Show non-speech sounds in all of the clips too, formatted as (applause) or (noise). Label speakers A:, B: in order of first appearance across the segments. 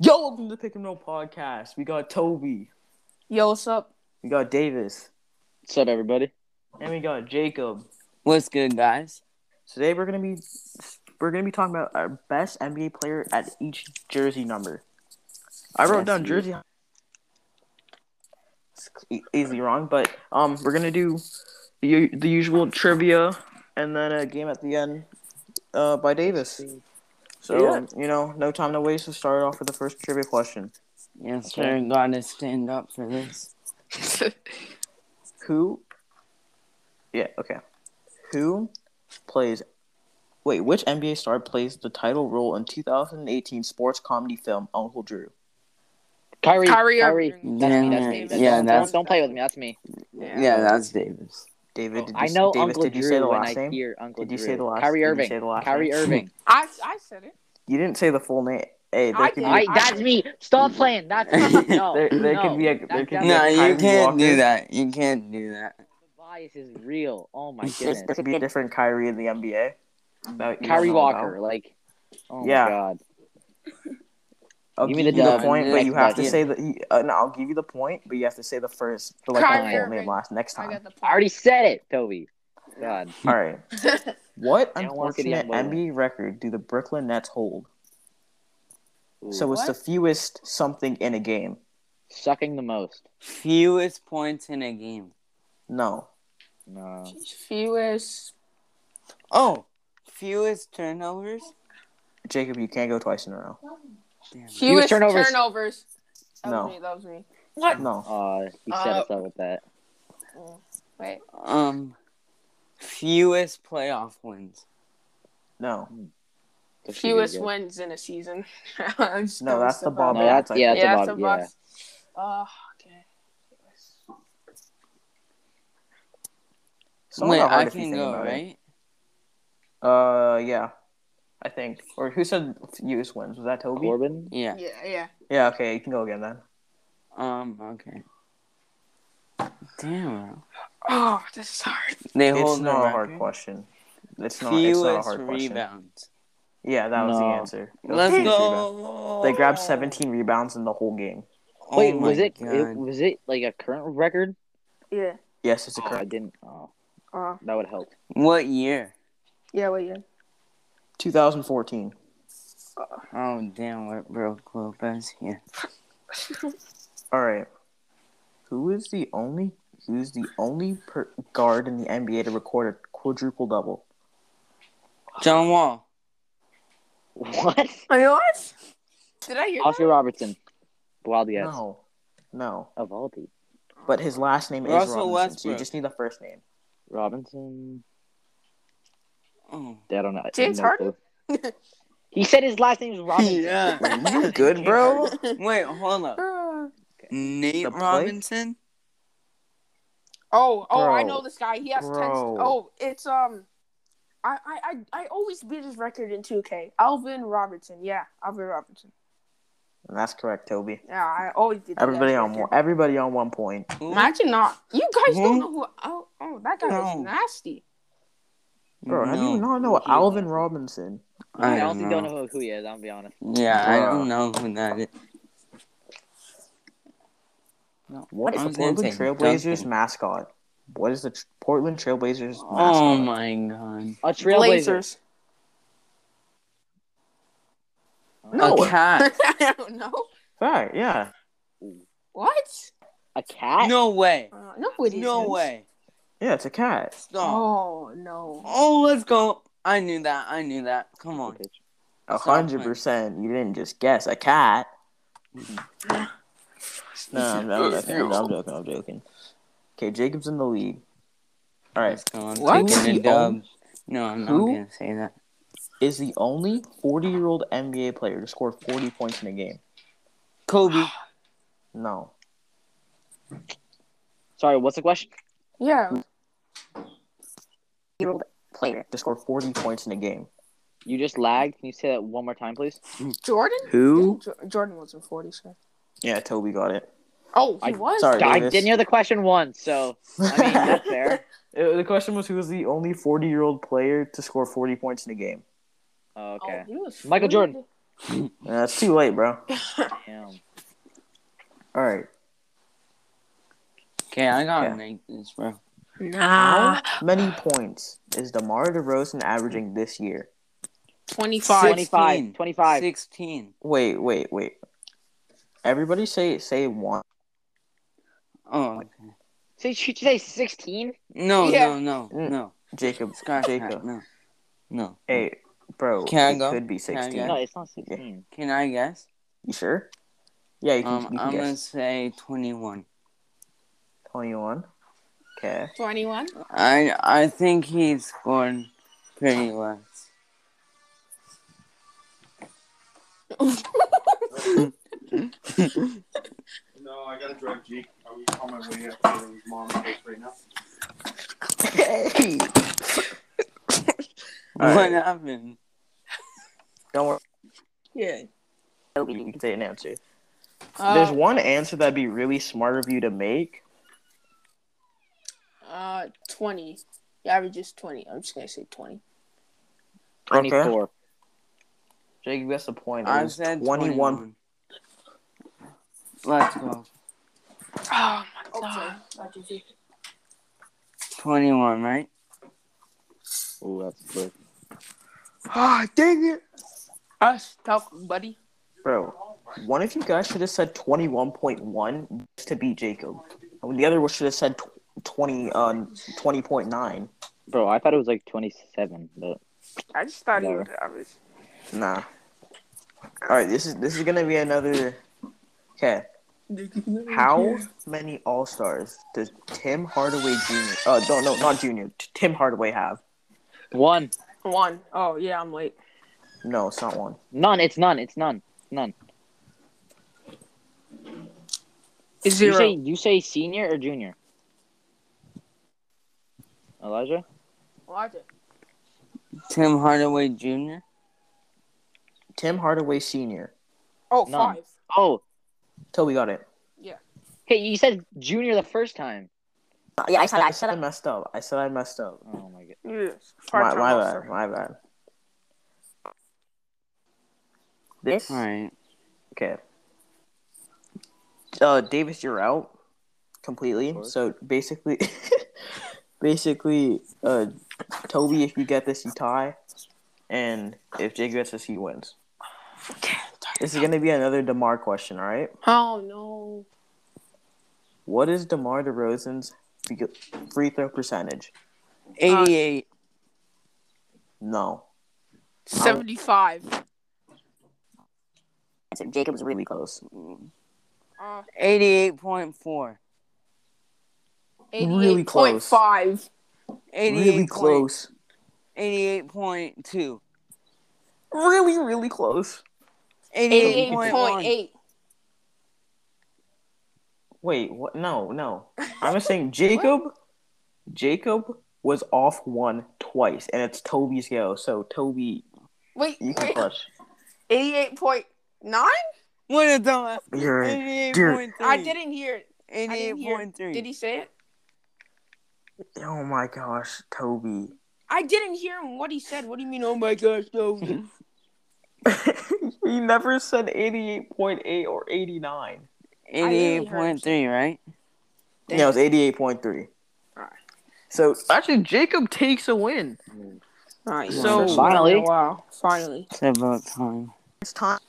A: Yo, welcome to the Pick and Roll podcast. We got Toby,
B: Yo, what's up?
A: we got Davis,
C: What's up, everybody?
A: and we got Jacob.
C: What's good, guys?
A: Today we're gonna be we're gonna be talking about our best NBA player at each jersey number. I wrote
C: Yes,
A: down
C: you-
A: jersey. It's e- easily wrong, but um, we're gonna do the u- the usual trivia and then a game at the end uh, by Davis. So
C: Yeah.
A: um, you know, no time to waste. Let's start off with the first trivia question.
C: Yes, sir. Gotta stand up for this.
A: Who? Yeah, okay. Who plays? Wait, which NBA star plays the title role in 2018 sports comedy film Uncle Drew?
C: Kyrie.
B: Kyrie Irving.
C: That's me,
B: Damn
C: that's
B: it.
C: Davis.
B: Yeah,
C: Don't-
B: that's-
C: don't, don't play with me. That's me.
B: Yeah.
C: that's Davis.
A: David, did you,
C: Oh, I know
A: Davis,
C: Uncle
A: did you
C: Drew
A: say the
C: when
A: last
C: I
A: name?
C: hear Uncle
A: Did you
C: Drew.
A: say the last-
C: Kyrie
A: did you
C: Irving.
A: say the last
C: Kyrie
A: name? (laughs)
C: Irving.
B: I, I said it.
A: You didn't say the full name. Hey, there
B: I
A: could be.
B: did.
C: I,
B: I-
C: that's me. Stop
A: (laughs)
C: playing. That's me. No.
A: There- there
C: no.
A: could be a- there
C: That-
A: could be
C: that-
D: No,
A: Yeah,
D: you
A: Kyrie
D: can't
A: Walker.
D: do that. You can't do that.
C: The bias is real. Oh my
A: There
C: goodness.
A: could be a different Kyrie in the NBA. that you don't
C: Kyrie
A: know
C: Walker.
A: about.
C: Like. Oh
A: Yeah.
C: my god.
A: I'll
C: Give
A: give,
C: me the
A: you the
C: dub.
A: point, but
C: Next
A: you have to
C: question.
A: say the. you- Uh, no, I'll give you the point, but you have to say the first, the, like
B: Kyrie
A: the full
B: Irving.
A: name last next
B: I
A: time.
B: got the
C: I already said it, Toby. God.
A: All right. (laughs) What
C: I don't want to be
A: unfortunate
C: on Lola.
A: NBA record do the Brooklyn Nets hold?
C: Ooh.
A: So it's the fewest something in a game.
C: sucking the most.
D: Fewest points in a game.
A: No.
C: No.
B: Fewest.
D: Oh, fewest turnovers.
A: Jacob, you can't go twice in a row.
D: Damn.
B: Fewest
C: turnovers.
B: turnovers. turnovers. That
A: No.
B: was me. That was me.
A: No.
C: Uh, he set
B: Uh,
C: us up with that.
B: Mm. Wait.
D: Um, fewest playoff wins.
A: No.
C: This should be
B: Fewest
C: good.
B: wins in a season. (laughs) I'm just
A: No,
B: gonna
A: that's the
B: step out.
A: ball.
C: No, that's-
A: I
C: yeah,
A: think.
C: that's-
B: yeah,
C: a
B: it's a
C: ball,
B: box. Oh, okay.
A: It's not
D: Wait,
A: that hard
D: I
A: if you
D: can
A: think
D: go
A: about it.
D: right.
A: Uh, yeah. I think. Or who said fewest wins? Was that Toby?
C: Corbin.
D: Yeah.
B: Yeah, yeah.
A: Yeah. Okay, you can go again then.
D: Um. Okay. Damn. bro.
B: Oh, this is hard.
D: They
A: It's
D: hold the
A: not a hard
D: record.
A: question. It's not. It's not a
D: Fewest
A: hard question.
D: rebounds.
A: Yeah, that was the
C: No.
A: answer. It was
D: Let's
A: fewest rebounds.
D: go.
A: They grabbed 17 rebounds in the whole game.
D: Oh
C: Wait,
D: my
C: was it,
D: God.
C: it? Was it like a current record?
B: Yeah.
A: Yes, it's a
C: Oh, I
A: correct.
C: didn't. Oh,
B: Uh,
C: that would help. (laughs)
D: What year?
B: yeah, wait, yeah.
A: 2014.
D: Oh damn! What broke Lopez? Yeah.
A: All right. Who is the only who's the only per- guard in the NBA to record a quadruple double?
D: John Wall.
C: What?
B: I mean, what? Did I hear that?
C: Oscar Robertson. Wild guess.
A: No, no.
C: Evaldi.
A: But his last name is
D: Russell
A: Robinson, so you
D: Westbrook.
A: just need the first name.
C: Robinson.
D: Oh.
C: I don't know.
B: James
C: no
B: Harden?
C: clue. (laughs) he said his last name's Robinson.
D: Yeah.
A: Wait, (laughs) you
C: (laughs)
A: good, bro?
D: Wait, hold up.
B: oh,
D: Nate
A: The plate?
D: Robinson?
B: oh, I
A: Bro.
B: know this guy. He has ten.
A: Bro.
B: Oh, it's um, I, I, I, I always beat his record in two K. Alvin Robertson. Yeah, Alvin Robertson.
A: And that's correct, Toby.
B: Yeah, I always beat. that
A: Everybody
B: guy's
A: on
B: record.
A: one. Hmm? Everybody on one point.
D: Who?
B: Imagine not. You guys don't
D: Who?
B: know who. Oh, oh, that guy was
D: No.
B: nasty.
A: Bro, how do you
D: No.
A: not know
C: He-
A: Alvin Robinson?
C: I,
D: I
C: honestly don't
D: don't know.
C: know who he is. I'll be honest.
D: Yeah, I
A: Bruh.
D: don't know who that is.
A: What is
D: I
A: the
D: was gonna
A: Portland
D: say
A: Trailblazers
D: Duncan.
A: mascot? What is the tr- Portland Trailblazers mascot?
D: Oh my god.
C: A trailblazer.
B: Blazers.
C: Uh,
A: No.
D: A
B: (laughs)
D: cat.
B: I don't know.
A: Fact, yeah.
B: What?
C: A cat.
D: No way.
B: Uh, no, it isn't.
D: No way.
A: Yeah, it's a cat.
D: Stop.
B: Oh no.
D: Oh, let's go. I knew that. I knew that. Come on.
A: A
D: Stop
A: hundred
D: playing.
A: percent. You didn't just guess. A (laughs) cat. No, I'm, I'm joking. I'm, I'm joking. I'm joking. Okay, Jacob's in the lead. All right.
D: Let's go. I'm
A: What?
D: taking
A: Who's
D: a
A: the
D: dub.
A: only-
D: No, I'm
A: Who?
D: not gonna say that.
A: Is the only 40 year old NBA player to score 40 points in a game?
D: Kobe.
A: No.
C: Sorry. What's the question?
B: Yeah.
A: Player to score 40 points in a game.
C: You just lagged. Can you say that one more time, please?
B: Jordan.
A: Who?
B: Jo- Jordan was in forty. So.
A: Yeah, Toby got it.
B: Oh, he
C: I-
B: was.
A: sorry.
C: I
A: Davis.
C: didn't hear the question once, so
A: (laughs)
C: I mean that's fair.
A: Uh, the question was who is the only 40 year old player to score 40 points in a game?
C: Oh,
B: Oh,
C: okay.
B: he was
C: Michael
B: 40.
C: Jordan.
A: Yeah, it's too late, bro.
C: Damn.
A: All right.
D: Okay, I gotta
A: Yeah.
D: make this, bro.
A: How
B: Nah,
A: many points is DeMar DeRozan averaging this year?
B: twenty-five.
D: Six.
C: 25. 25.
D: 16.
A: Wait, wait, wait. Everybody say say one.
D: Oh, okay.
C: Say, should you say 16?
D: no, no,
B: Yeah.
D: no,
A: Mm.
D: no.
A: Jacob,
D: Scott,
A: Jacob.
D: no. No.
A: Hey, bro.
D: Can I
A: it
D: go?
A: could be
D: Can I
A: sixteen.
D: Yeah.
C: No, it's not 16.
D: Can I guess?
A: You sure? Yeah, you can.
D: Um,
A: you can
D: I'm
A: guess.
D: gonna say 21.
A: Twenty-one.
D: (laughs)
A: Okay.
B: Twenty-one.
D: I I think he scored pretty less.
E: No, I gotta drive Jake. I'm on my way up to his mom's place right now.
A: Hey. All
D: what
A: right.
D: happened?
A: Don't worry.
B: yeah.
A: You can say an answer.
B: Uh,
A: There's one answer that'd be really smart of you to make.
B: uh, twenty. The average is twenty. I'm just gonna say twenty.
C: 24.
A: Jacob, that's the point. It
D: I
A: was
D: said
A: 21.
D: 21. Let's go.
B: Oh my
E: Okay.
D: 21, right?
C: Ooh, that's good.
B: Ah, dang it. That's tough, buddy.
A: Bro, one of you guys should have said 21.1 just to beat Jacob. And the other one should have said tw- 20, um, 20.9.
C: Bro, I thought it was like 27, but
B: I just thought
C: he
B: he
C: was
B: was average.
A: Nah. All right, this is this is gonna be another. Okay, how many All Stars does Tim Hardaway Jr. Uh, no, no, not Jr. T- Tim Hardaway have?
C: one.
B: One. Oh yeah, I'm late.
A: No, it's not one.
C: None. It's none. It's none. None. You say, you say senior or junior? Elijah?
B: Elijah.
D: Tim Hardaway Jr.
A: Tim Hardaway Sr.
B: Oh,
C: None.
B: five.
C: Oh,
A: Toby got it.
C: hey, you said junior the first time.
A: Oh, Yeah, I said I, said I messed up. I said I messed up.
C: Oh my god.
B: Yes.
A: My,
B: Five
A: my bad. My bad. This
D: Alright.
A: okay. Uh, Davis, you're out completely.
C: Of course.
A: So basically, (laughs) basically, uh, Toby, if you get this, you tie, and if Jake gets this, he wins. This is gonna be another Demar question. All right,
B: Oh no.
A: what is Demar Derozan's fe- free throw percentage? Uh,
D: 88.
A: No,
B: Seventy-five.
A: Jacob was really close.
B: Uh,
D: 88.4.
A: Really close.
B: Five.
D: 88.
A: Really close.
D: 88.2.
A: Really, really close.
D: 88.1.
B: Eighty-eight point eight.
A: Wait, what? No, (laughs) no. I was saying Jacob. Jacob was off one twice, and it's Toby's go. So Toby,
B: Wait,
A: you can
B: wait.
A: clutch.
B: Eighty-eight point nine.
D: What a dumbass.
A: You're in.
D: 88.3.
A: Hmm.
B: I didn't hear it. I didn't hear it.
D: 88.3.
B: Did he say it?
A: Oh my gosh, (laughs) Toby.
B: I didn't hear him. What he said. What do you mean? Oh my gosh, no.
A: (laughs) he never said eighty-eight point eight or eighty-nine.
D: 88.3, right?
A: Yeah, it was eighty-eight point three.
B: Alright.
A: So actually, Jacob takes a win.
B: All right.
A: Yeah,
B: So
A: that's-
C: Finally.
B: Wow. Finally.
D: It's about time.
A: It's time.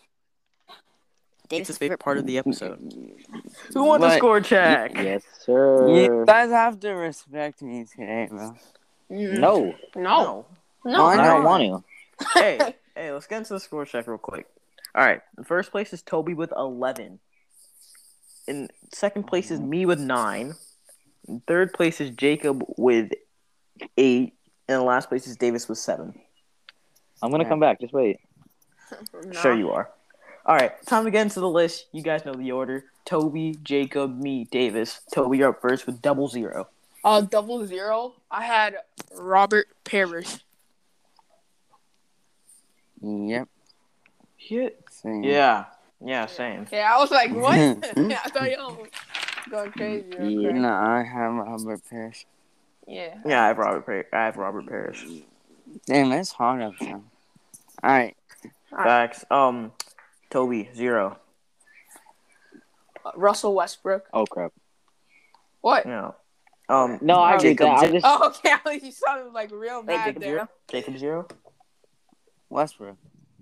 A: It's his favorite part of the episode.
D: Who won the
A: score check?
C: Yes, sir.
D: You guys have to respect me today, bro.
C: No,
B: No. No.
D: I
C: I
D: know.
C: don't want to.
A: hey, hey, let's get into the score check real quick. All right, in first place is Toby with eleven. In second place is me with nine. In third place is Jacob with eight, and last place is Davis with seven.
C: I'm gonna
D: Yeah.
C: come back. Just wait.
B: (laughs) No.
A: Sure you are. All right, time to get into the list. You guys know the order: Toby, Jacob, me, Davis. Toby, you're up first with double zero.
B: Uh, double zero. I had Robert Parrish.
D: Yep.
A: Yeah,
D: Same.
A: yeah, yeah same.
B: Yeah, I was like, what? yeah, (laughs) I thought y'all was going crazy. Okay.
C: Yeah.
D: No, I have Robert Parrish.
B: Yeah.
A: Yeah, I have Robert. Par- I have Robert Parrish.
D: Damn, it's hard up there. All right.
A: Facts. Um, Toby zero.
B: Uh, Russell Westbrook.
C: Oh crap.
B: What?
A: No. Um,
C: No, I agree with
A: Jacob,
C: that. I just
B: (laughs) Oh, okay. (laughs) you sounded like real
D: Hey,
B: bad
D: Jacob,
B: there.
D: you're-
A: Jacob zero.
D: Westbrook.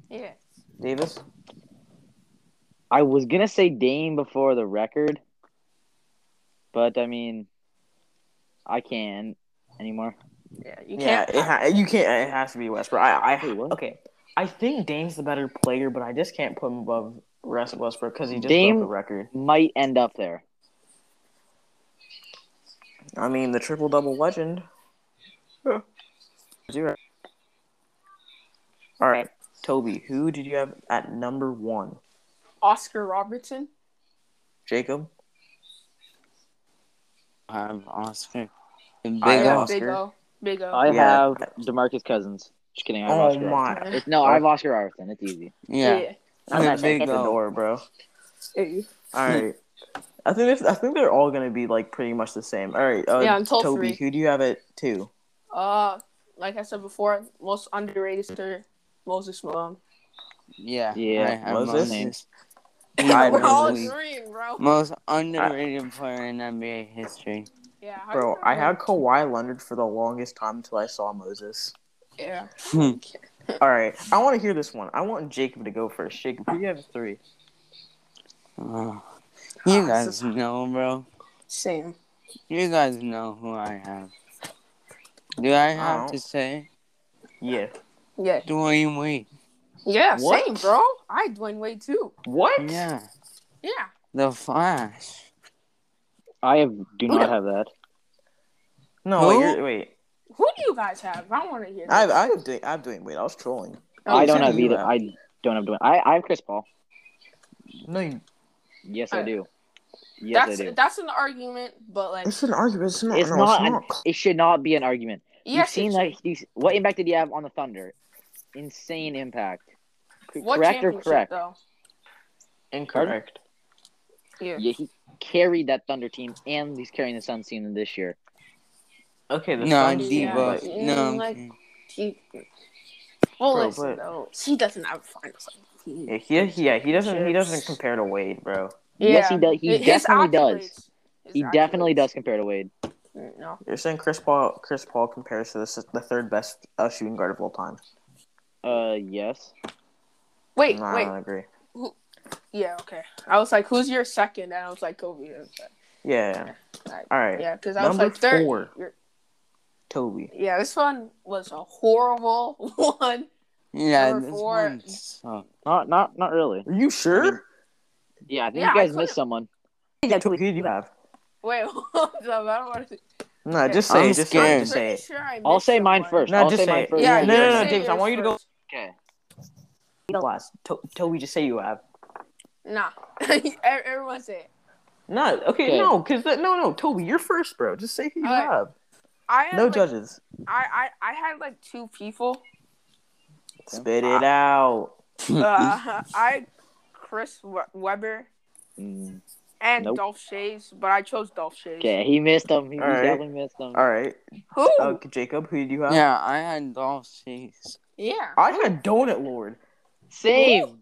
B: Yeah.
A: Davis.
C: I was gonna say Dame before the record, but I mean, I can't anymore.
B: Yeah. You
A: yeah,
B: can't.
A: it ha- you can't. It has to be Westbrook. I, I
C: Wait, what?
A: okay. I think Dame's the better player, but I just can't put him above Russell Westbrook because he just
C: Dame-
A: broke the record.
C: Might end up there.
A: I mean, the triple double legend.
B: Yeah.
A: (laughs) Zero. All right, Toby. Who did you have at number one?
B: Oscar Robertson.
A: Jacob.
D: I have Oscar. And
A: I
D: Big
A: have
D: O.
B: Big O. Big O.
C: I
A: Yeah.
C: have Demarcus Cousins. Just kidding. I have
A: Oh
C: Oscar. Robertson.
A: my!
C: It's, no, I have Oscar Robertson. It's easy.
D: Yeah.
A: I'm
D: Yeah,
A: not
D: Big
A: at the
D: O.
A: door, bro.
B: Yeah.
A: All right. I think it's, I think they're all gonna be like pretty much the same. All right. Uh,
B: Yeah, until
A: Toby.
B: three.
A: Who do you have at two?
B: Uh, like I said before, most underrated sir, Moses Malone.
D: Yeah.
C: Yeah,
D: I have
A: Moses?
D: Moses.
A: I
B: (laughs) We're all
A: Moses.
B: agreeing, bro.
D: Most underrated player in NBA history. (laughs)
B: Yeah. how
A: Bro,
B: you
A: I
B: know?
A: had Kawhi Leonard for the longest time until I saw Moses.
B: Yeah.
A: All right, I want to hear this one. I want Jacob to go first. Jacob, who do you have at three?
D: Oh.
B: Ah,
D: You guys know, bro.
B: Same.
D: You guys know who I have. Do I have
A: Oh.
D: to say
A: Yeah.
B: Yeah.
D: Dwayne Wade?
B: Yeah.
A: What?
B: Same, bro. I had Dwayne Wade too.
A: What?
D: Yeah.
B: Yeah.
D: The Flash.
C: I have
A: Who
C: do not
A: the-
C: have that.
A: No, wait,
D: Who?
A: you're, wait.
B: Who do you guys have? I want to hear.
A: I,
B: this.
A: I have Dwayne. I have Dwayne Wade. I was trolling.
B: (laughs) Oh,
C: I don't
A: Jacob,
C: have
A: you
C: either.
A: have-
C: I don't have Dwayne. I, I have Chris Paul.
A: No, you,
C: Yes,
B: I-
C: I do. Yes,
B: That's
C: I do.
B: that's an argument, but like,
A: it's an argument. It's not.
C: It's
A: no,
C: not.
A: It's
C: An,
A: not.
C: it should not be an argument. You've
B: yes,
C: seen
B: it's-
C: like he's, what impact did he have on the Thunder? Insane impact. C-
B: what
C: correct or
B: championship
C: correct?
B: though?
A: Incorrect.
B: Yeah.
C: Yeah, he carried that Thunder team, and he's carrying the Suns team this year.
A: Okay, the
D: No,
A: Suns-
B: yeah,
D: Debo.
B: but-
D: No. I'm
B: like-
D: kidding.
B: He, well,
A: Bro,
B: listen
A: but-
B: though, he doesn't have a finals.
C: Eh,
B: MVP.
A: Yeah, he, he- yeah, he doesn't. He doesn't compare to Wade, bro.
C: Yes, he does. He
B: His
C: definitely does.
B: accolades- his
C: He definitely
B: accolades.
C: does compare to Wade.
B: No,
A: You're saying Chris Paul. Chris Paul compares to the, the third best uh, shooting guard of all time.
C: Uh, yes.
B: wait,
A: No, I
B: wait.
A: don't agree.
B: Yeah, okay. I was like, who's your second? And I was like, Kobe. I was like,
A: Yeah.
B: Alright.
A: All right.
B: Yeah, because I was
A: Number
B: like third.
A: four.
B: You're-
A: Toby.
B: Yeah, this one was a horrible (laughs) one.
D: Yeah,
B: Number
D: this
B: four.
D: one
A: (laughs)
D: sucks.
C: Not, not, not really.
A: Are you sure?
C: Yeah, I think you
B: Yeah, I
C: guys
B: could've-
C: missed someone.
A: Toby, who do you have?
B: Wait, (laughs) hold up. I don't want to.
A: No, just say
D: I'm
A: it. Just say
D: scared.
A: it. Just say it.
B: Sure I
C: I'll
B: missed
C: say mine
B: someone.
C: first.
A: No,
C: I'll
A: just
C: say
A: say
C: mine
A: it.
C: first.
B: Yeah,
A: No,
B: you
A: no, no,
B: say
A: James, I
B: yours
A: want you to go-
B: first.
C: Okay.
A: You Last. To- Toby, just say you have.
B: Nah, (laughs) E- everyone say it.
A: No, okay,
C: Okay.
A: no, because no, no, Toby, you're first, bro. Just say who you
B: All right.
A: have.
B: I had,
A: No
B: like,
A: judges.
B: I, I I had like two
A: (laughs)
B: people.
A: Spit it out.
B: Uh, I had Chris we- Weber
C: Mm.
B: and
C: Nope.
B: Dolph Shays, but I chose Dolph Shays.
C: Okay, he missed them. He, he
A: All right.
C: definitely missed them.
A: All right,
B: Who?
A: uh, Jacob, who do you have?
D: (laughs) Yeah, I had Dolph Chase.
B: yeah.
A: I had Donut Lord. (laughs)
C: Same.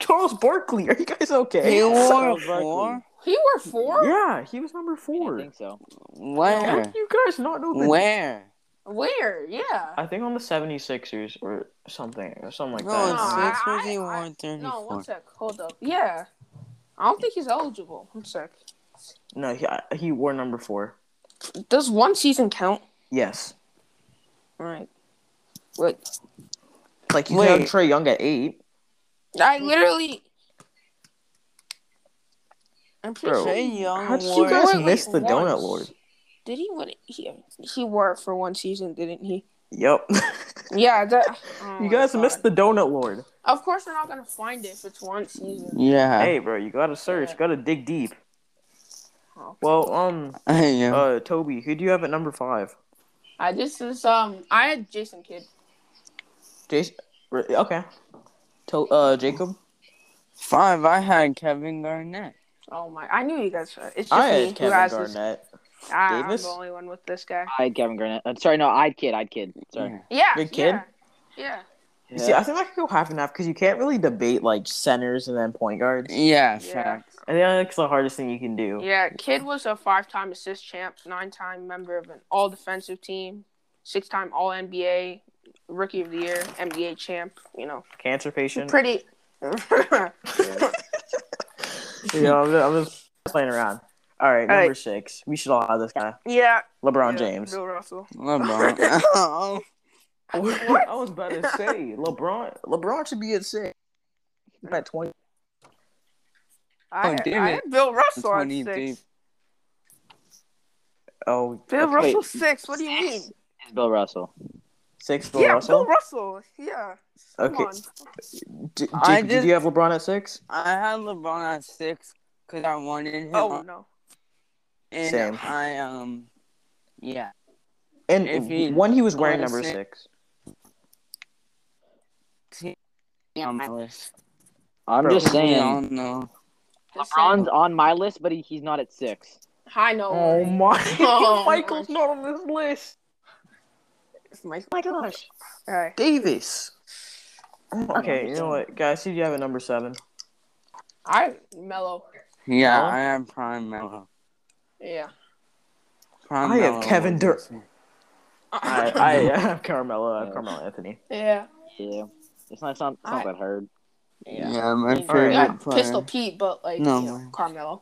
A: Charles Barkley. Are you guys okay?
D: He wore
C: Barkley.
D: four?
B: He were four.
A: Yeah, he was number
C: I
A: four.
C: think so.
A: How
D: Where?
A: do you guys not know the
D: Where?
B: Where? Yeah.
A: I think on the 76ers or something or something like
D: No, it's
B: No,
A: that.
B: I-
D: Oh, six
B: I-
D: was he
B: I-
D: wore
B: No, one
D: thirty-four.
B: sec. Hold up. Yeah. I don't think he's eligible. One sec.
A: No, he, I- he wore number four.
B: Does one season count?
A: Yes.
B: All right. Wait.
A: Like you
D: Wait.
A: had Trey Young at eight.
B: I literally. I'm pretty
A: Bro,
B: sure.
D: Trey Young
A: How did you
D: wore-
A: guys
B: Wait, wait,
A: miss the
B: once.
A: Donut Lord?
B: Did he win? it? He he wore it for one season, didn't he?
A: (laughs) Yep.
B: Yeah. That, (laughs) oh my
A: you guys
B: God.
A: missed the Donut Lord.
B: Of course, we're not gonna find it if it's one season.
D: Yeah. (laughs)
A: Hey, bro, you gotta search.
B: Yeah.
A: Gotta dig deep.
B: Oh.
A: Well, um,
D: yeah.
A: uh, Toby, who do you have at number five?
B: I just is um. I had Jason Kidd.
A: Jason. re- Okay. To- uh, Jacob.
D: Five, I had Kevin Garnett.
B: Oh my! I knew you guys. It's just
A: I
B: me
A: had
B: who
A: Kevin
B: has this.
A: Garnett.
B: I, I'm
A: Davis?
B: the only one with this guy.
C: I had Kevin Garnett. Uh, sorry, no, I had Kid. I had Kid. Sorry.
D: Yeah.
B: Yeah.
A: Good kid?
B: Yeah. yeah.
A: See, I think I could go half and half because you can't really debate like centers and then point guards.
D: Yeah,
B: Yeah.
D: facts.
A: I think that's the hardest thing you can do.
B: Yeah, Kid was a five time assist champ, nine time member of an all defensive team, six time All NBA, Rookie of the Year, NBA champ. You know,
A: Cancer patient.
B: pretty. (laughs)
A: you know, I'm, I'm just playing around. All right,
B: All
A: number
B: right.
A: six. We should all have this guy,
B: yeah.
A: LeBron
B: yeah, (laughs)
A: James.
B: Bill Russell.
D: LeBron. (laughs) oh,
B: What?
A: I was about to say LeBron. LeBron should be at six. I'm At twenty.
B: I,
D: Oh,
B: had-
D: damn
B: I
D: it.
B: had Bill Russell at
D: 23.
B: six.
A: Oh,
B: Bill
C: Wait.
B: Russell six. What do you mean?
C: It's Bill Russell.
A: six. Bill
B: yeah,
A: Russell.
B: Bill Russell. Yeah. Come
A: Okay.
B: on.
A: D- Jake,
D: I
A: did
D: just-
A: you have LeBron at six?
D: I had LeBron at six because I wanted him.
B: Oh no.
D: and
A: Same.
D: I um, yeah.
A: And
D: If he-
A: when he was wearing
D: Oh,
A: number
D: six.
A: six,
D: He's on my list.
C: I'm
A: Bro,
C: just
D: We
C: saying.
D: all know.
C: LeBron's on my list, but he, he's not at six.
B: Hi, no.
A: oh my, (laughs)
B: Oh,
A: Michael's not on this list.
B: my, gosh. All right.
A: Davis. Okay,
C: Number
A: you know what, guys? Who do you have at number seven?
B: I Mellow.
D: Yeah,
A: Huh?
D: I have Prime Mello.
B: Yeah.
D: Prime
A: I have
D: Melo
A: Kevin
D: was-
A: Dur- I, I have Carmelo. I have Carmelo Anthony.
B: yeah.
C: Yeah, it's not. It's not, it's not
B: I-
C: that hard.
D: Yeah,
B: Yeah.
D: my
B: Alright.
D: favorite
B: Yeah,
D: player.
B: Pistol Pete, but like
D: No.
B: you know, Carmelo.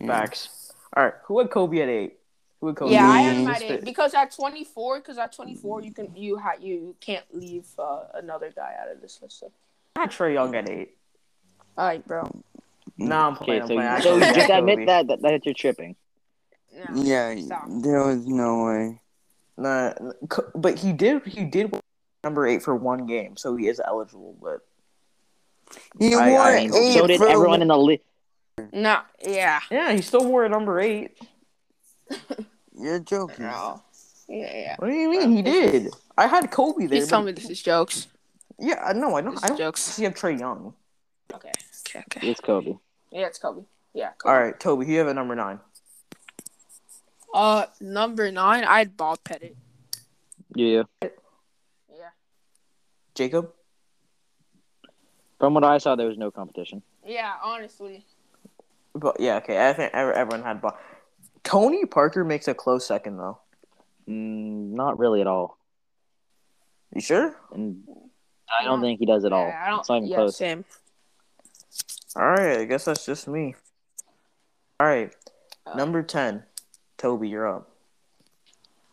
D: Yeah.
A: Facts. All right, who had Kobe at eight? Who had Kobe?
B: yeah, I
A: at
B: had him
D: yeah.
B: at eight because at twenty four, because at twenty four you can you ha- you can't leave uh, another guy out of this list. So.
A: I had Trey Young at eight.
B: All right, bro.
A: No, I'm
C: Okay,
A: playing. I'm playing.
C: so, so
A: I
C: you
A: actually
C: just
A: had
C: admit
A: Kobe.
C: that, that that you're tripping.
B: Nah.
D: Yeah,
B: Stop.
D: there was no way.
A: Nah, Co- but he did. He did wear number eight for one game, so he is eligible. But
D: He
A: I- I
D: wore
A: mean,
D: eight
C: So did
D: for
C: everyone in the list.
B: Nah. Yeah.
A: yeah, he still wore number eight.
D: You're joking.
B: No. Yeah, yeah.
A: What do you mean he did? I had Kobe there.
B: Please tell
A: but-
B: me this is jokes.
A: Yeah, I- no, I
B: This
A: don't. I
B: is
A: don't
B: jokes.
A: see him Trey Young.
B: Okay. Okay. Okay.
C: It's Kobe.
B: Yeah, it's Kobe. Yeah. Kobe.
A: All right, Toby, you have a number nine.
B: Uh, number nine, I had Bob Pettit.
C: Yeah.
B: Yeah.
A: Jacob.
C: From what I saw, there was no competition.
B: Yeah. Honestly.
A: But yeah, okay. I think ev- everyone had. Bo- Tony Parker makes a close second, though.
C: Mm, not really at all.
A: You sure?
C: And I don't think he does at all.
B: Yeah, I don't.
C: it's not even
B: yeah,
C: close.
B: same.
A: All right, I guess that's just me. All right,
B: Uh,
A: number ten, Toby, you're up.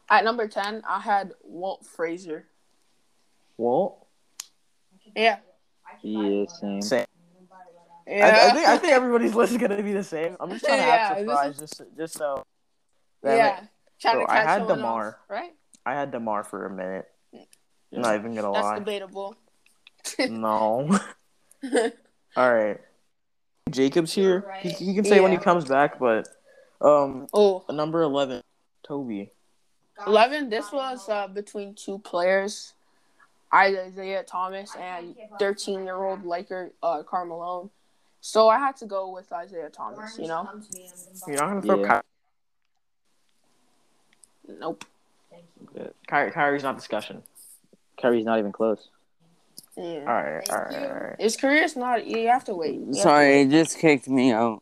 B: At number ten, I had Walt Frazier.
A: Well,
B: Yeah.
C: Yeah, same.
A: same.
B: Yeah.
A: I, I think I think everybody's (laughs) list is gonna be the same. I'm just trying to
B: Yeah,
A: act
B: this
A: surprised, just just so. Damn
B: yeah.
A: it.
B: Trying
A: Bro,
B: to
A: I
B: catch
A: had
B: someone
A: DeMar.
B: else, right?
A: I had Demar for a minute. I'm Not even gonna
B: That's
A: lie.
B: debatable.
A: No.
B: (laughs)
A: All right. Jacob's here. He, he can say when he
B: Yeah.
A: comes back, but um,
B: oh,
A: number eleven, Toby.
B: 11, This was uh, between two players, Isaiah Thomas and 13-year-old Laker uh, Carmelo. So I had to go with Isaiah Thomas. You know.
A: You're not gonna throw
C: Yeah.
B: Nope.
A: Kyrie. Ky- Kyrie's not discussion.
C: Curry's not even close.
A: All
B: Yeah.
A: right. All right.
F: Thank you.
A: All right.
B: Mm. His career's not. You have to
A: Mm,
B: wait. You have to
D: Sorry, it just kicked me out.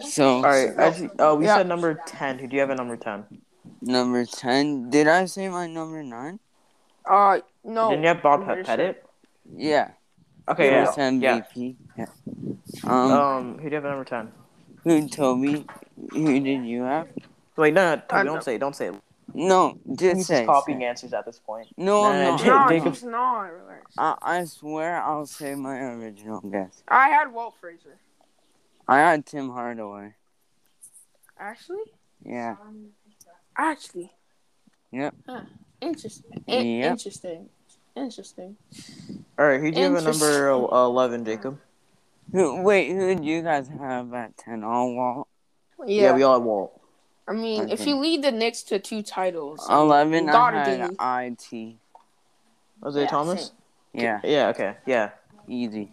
D: So,
A: All right. Actually, oh, we
B: Yeah.
A: said number ten. Who do you have a number ten?
D: number 10. Did I say my number 9?
B: Uh, no.
A: Didn't you have Bob
B: Pretty
A: Pettit?
D: Yeah.
A: Okay.
D: First
A: Yeah. yeah.
D: MVP. Yeah. Um,
A: Um, who do you have a number ten?
D: who told me? Who did you have?
A: Wait, no, no
B: I
A: Toby,
B: know.
A: don't say, it, don't say. it.
D: No, just
A: He's
D: say.
A: just copying
D: say.
A: answers at this point.
D: No,
A: Nah,
D: I'm
A: J-
B: No,
D: not.
A: Jacob-
B: he's not.
D: I, I swear I'll say my original guess.
B: I had Walt Frazier.
D: I had Tim Hardaway.
B: Actually,
D: Yeah.
B: actually.
D: Yep.
B: Huh. Interesting. In-
D: Yep.
B: Interesting. Interesting.
A: All right, who do you have a number
B: Interesting.
A: uh, eleven, Jacob?
D: Who, wait, who did you guys have at Oh, 10? All Walt?
B: Yeah.
A: we all had Walt.
B: I mean, if
D: Okay.
B: you lead the Knicks to two titles, I mean,
D: 11,
B: you
D: I
B: gotta
D: had
B: do-
D: IT.
A: Jose
B: Yeah,
A: Thomas.
D: Yeah,
A: Yeah. Okay. Yeah.
D: easy.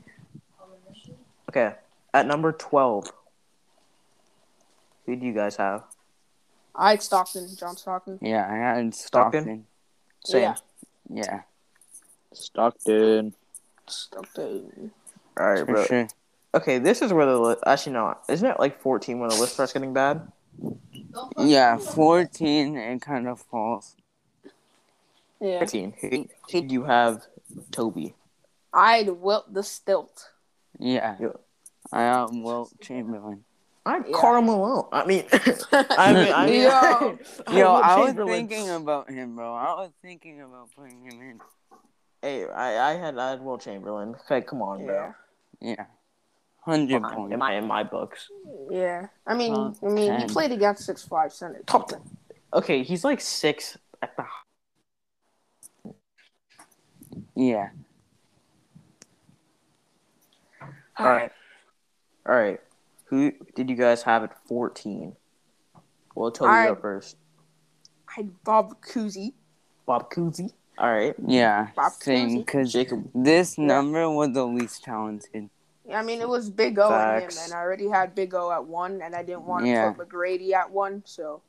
A: Okay. At number twelve, who do you guys have?
B: I had Stockton, John Stockton.
D: Yeah, I had
A: Stockton?
D: Stockton.
A: Same.
B: Yeah.
D: Yeah.
C: Stockton.
B: Stuck to-
A: All right,
D: For
A: bro.
D: sure.
A: Okay, this is where the li- actually no, isn't it like fourteen where the list starts getting bad?
D: Yeah, 14, it kind of falls.
B: Yeah.
A: Thirteen. Who who do you have? Toby.
B: I'd wilt the stilt.
D: Yeah.
A: Yeah.
D: I am Will Chamberlain.
A: I'm
B: Yeah.
A: Carl Malone. I mean, (laughs) I mean, (laughs) I mean,
B: Yo.
A: I'm
D: Yo,
A: Will
D: I was
A: Chamberlain.
D: thinking about him, bro. I was thinking about putting him in.
A: Hey, I, I had I had Will Chamberlain. Like, come on, bro.
D: Yeah. 100
A: Fine,
D: points.
A: In my in my books.
B: Yeah. I mean,
D: Top
B: I mean, he
D: ten.
B: played against six five Senate.
A: Top ten. Okay, he's like six at the.
D: Yeah.
A: All right, all right. Who did you guys have at fourteen? Well, Toby
B: I-
A: go first.
B: I'd Bob Cousy.
A: Bob Cousy. All right.
D: Yeah.
B: Bob
D: Same, because
A: Jacob.
D: this number was the least talented.
B: I mean, it was Big O and him,
A: Facts.
B: and I already had Big O at one, and I didn't want to
D: Yeah.
B: put McGrady at one, so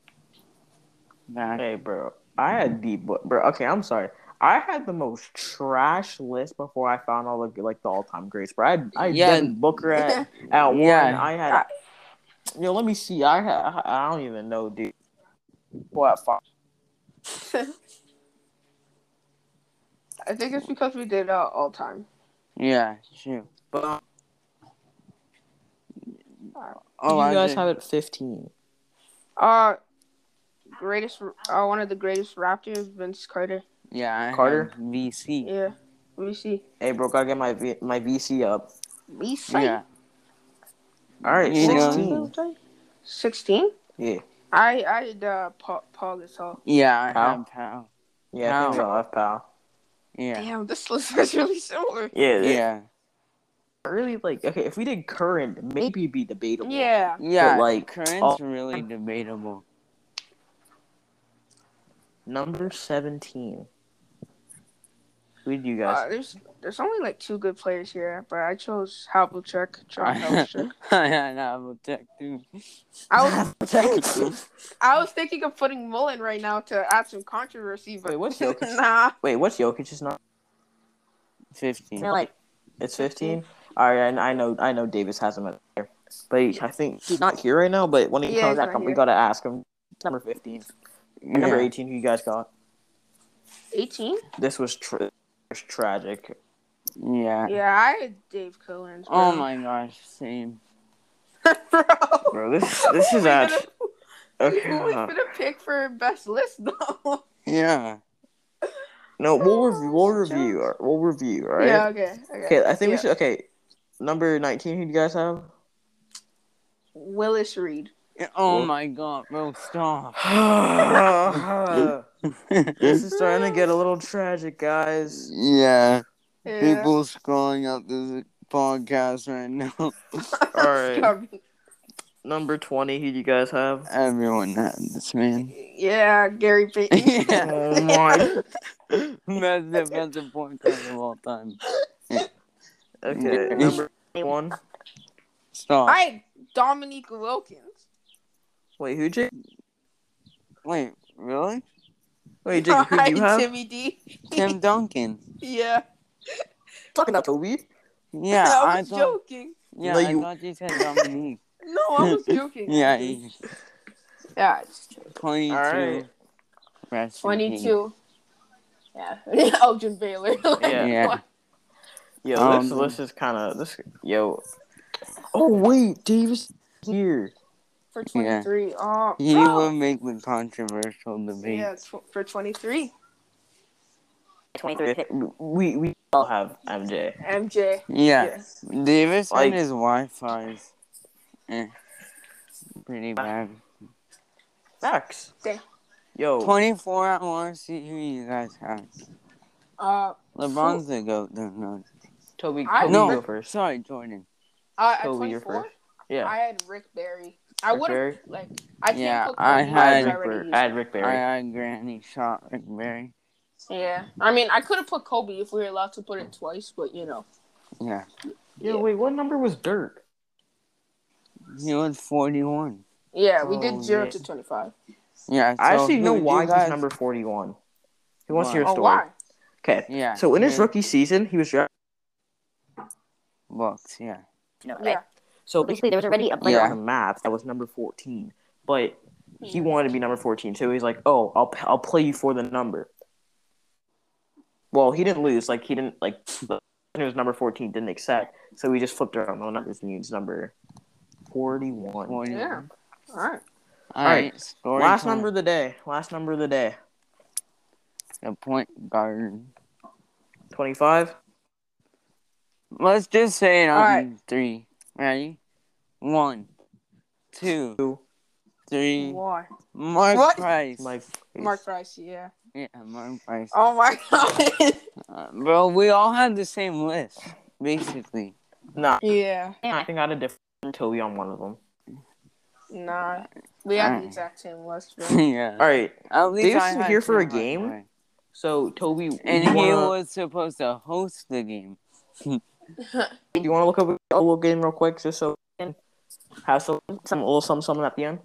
B: (laughs)
D: Back.
A: Hey, bro. I had the bu- bro. Okay, I'm sorry. I had the most trash list before I found all the like the all time greats. Bro, I had, I had
D: Yeah.
A: Devin Booker
D: (laughs)
A: at, at one.
D: Yeah.
A: I had. Yo, let me see. I had. I don't even know, dude. What? Five?
B: I think it's because we did uh, all time.
D: Yeah, sure.
A: But um,
D: Oh,
A: you guys have it 15.
B: Uh, greatest, uh, one of the greatest Raptors, Vince Carter.
D: yeah, I have
A: Carter?
D: VC.
B: Yeah, let me see.
A: Hey, bro, gotta get my v- my VC up.
B: Me say
D: Yeah.
A: All right,
D: You know-
A: 16.
B: sixteen.
A: Yeah,
B: I I did uh, Paul, Paul Gasol.
D: Yeah, I
A: Pal?
D: have pal.
A: yeah, I think we
D: Wow.
A: all have pal.
D: Yeah.
B: Damn, this list (laughs) was really similar.
A: Yeah, yeah.
D: Yeah.
A: Really, like, okay, if we did current, maybe it'd be debatable.
B: Yeah,
A: like,
D: Yeah. like current's
A: all-
D: really debatable. (laughs)
A: Number 17. Who do you guys?
B: uh, there's there's only like two good players here, but I chose
A: (laughs)
B: Havlicek, John Havlicek.
D: I know, i tech too.
B: I was
A: (laughs)
B: I was thinking of putting Mullen right now to add some controversy, but
A: Wait, what's
B: (laughs)
A: Jokic?
B: nah.
A: Wait, what's Jokic? It's not.
D: Fifteen.
A: like it's 15. All right, and I know, I know, Davis has him at there, but I think he's not here right now. But when he
B: Yeah,
A: comes
B: he's
A: back
B: not
A: up, we
B: here.
A: gotta ask him. Number 15, number
D: Yeah.
A: 18. Who you guys got?
B: 18?
A: This was, tr was tragic. Uh,
D: yeah.
B: Yeah, I had Dave Collins. Bro.
D: Oh my gosh, same.
B: (laughs) bro.
A: Bro, this this
B: (laughs)
A: is
B: Who we
A: at
B: gonna-
A: okay.
B: Who was
A: uh,
B: gonna pick for best list though? (laughs)
D: Yeah.
A: no, we'll review. We'll
B: Jones?
A: review. or- We'll review. All right.
B: Yeah, okay. Okay,
A: Oh, Okay, I think we
B: Yeah.
A: should. Okay, number nineteen. Who do you guys have?
B: Willis Reed.
D: Oh my god, bro, stop.
A: (sighs)
D: (laughs)
A: this is starting to get a little tragic, guys.
D: yeah.
B: Yeah.
D: People scrolling up this podcast right now. (laughs)
A: (laughs) All right, number twenty. Who do you guys have? (laughs)
D: Everyone had this man.
B: yeah, Gary
A: (laughs)
B: Payton.
D: yeah.
A: Oh my.
D: That's the best point guard of all time.
A: (laughs) Okay, number one.
D: Stop.
B: I had Dominique Wilkins.
A: Wait, who Jake?
D: Wait,
B: (laughs)
D: really?
A: Wait, Jake, who
B: I
A: do you
B: had
A: have?
B: Timmy D.
D: Tim Duncan.
B: Yeah.
A: (laughs) Talking about Toby.
D: Yeah,
B: (laughs) I
D: I
B: was
D: thought.
B: joking.
D: Yeah,
A: No,
D: I
A: you-
D: thought you said
B: (laughs)
D: Dominique.
B: No,
A: (laughs)
B: I was joking.
D: yeah, he's
B: Yeah, I just joking.
D: twenty-two.
A: Alright.
D: Rest in peace.
B: 22. Yeah. (laughs) Elgin Baylor.
A: Yeah.
D: Yeah.
A: Yo,
D: Um,
A: this this is kind of this. Yo. Oh wait, Davis here.
B: For
D: Yeah.
B: 23. Oh,
D: He
B: oh.
D: will make the controversial debate.
B: Yeah, tw- for 23.
A: We we all have MJ.
B: MJ.
D: Yeah. Davis
A: Like-
D: and his Wi-Fi is eh, pretty bad.
A: Max.
B: Dang.
D: Oh.
A: Yo.
D: Twenty-four. I want to see who you guys have.
B: Uh,
D: LeBron's the goat. No, no.
A: Toby,
B: I-
A: Toby
D: No.
A: go first.
D: Sorry, Jordan.
B: uh, at
A: Toby, you're
B: 24,
A: first. Yeah.
B: I had Rick Barry. I
A: Rick
B: would have,
A: Barry?
B: like, I think
D: Yeah,
B: Cook
D: I
B: Cook was
A: I
D: had-
A: had Rick
B: already
A: Barry.
B: used.
A: I had Rick
D: I
A: Barry.
D: had Granny shot Rick Barry.
B: Yeah. I mean, I could have put Kobe if we were allowed to put it twice, but, you know.
D: Yeah,
A: Yo, wait, what number was Dirk?
D: he was forty-one.
B: Yeah, we
A: Oh,
B: did 0
A: yeah.
B: to 25.
D: Yeah,
A: I
D: so
A: actually
D: who
A: know
D: would you
A: why he's
D: guys-
A: number 41. Who wants to
D: Why?
A: hear a
B: Oh,
A: story?
B: why?
A: Okay.
D: Yeah.
A: So in his
D: yeah.
A: rookie season, he was drafted
D: looked, yeah.
A: No,
B: Yeah.
A: So basically, there was already a player
D: Yeah.
A: on the map that was number 14, but he wanted to be number 14. So he's like, "Oh, I'll I'll play you for the number." Well, he didn't lose. Like he didn't like the person who was number 14 didn't accept. So we just flipped around. Well, not this needs number 41.
D: Well,
B: Yeah. All right.
D: All
A: Alright,
D: right. Story
A: Last
D: time.
A: number of the day. Last number of the day.
D: The point guard.
A: 25.
D: Let's just say it on
B: Alright.
D: three. Ready? One, two,
A: Two.
D: three.
B: Why?
D: Mark
B: What?
D: Price.
A: Like
B: Mark Price, yeah.
D: yeah, Mark Price.
B: Oh my (laughs) god.
D: Uh, bro, we all had the same list, basically. (laughs)
A: Nah,
B: yeah.
A: I think I had a different Toby on one of them.
B: Nah. We have
D: Alright.
B: the exact same list, bro.
D: yeah.
A: All right.
D: At least
A: was
D: I had
A: here for a
D: two, by the
A: game?
D: way.
A: So Toby,
D: And
A: you
D: he
A: wanna-
D: was supposed to host the game.
A: Do you want to look up a little game real quick just so we can have some, some a little some something at the end?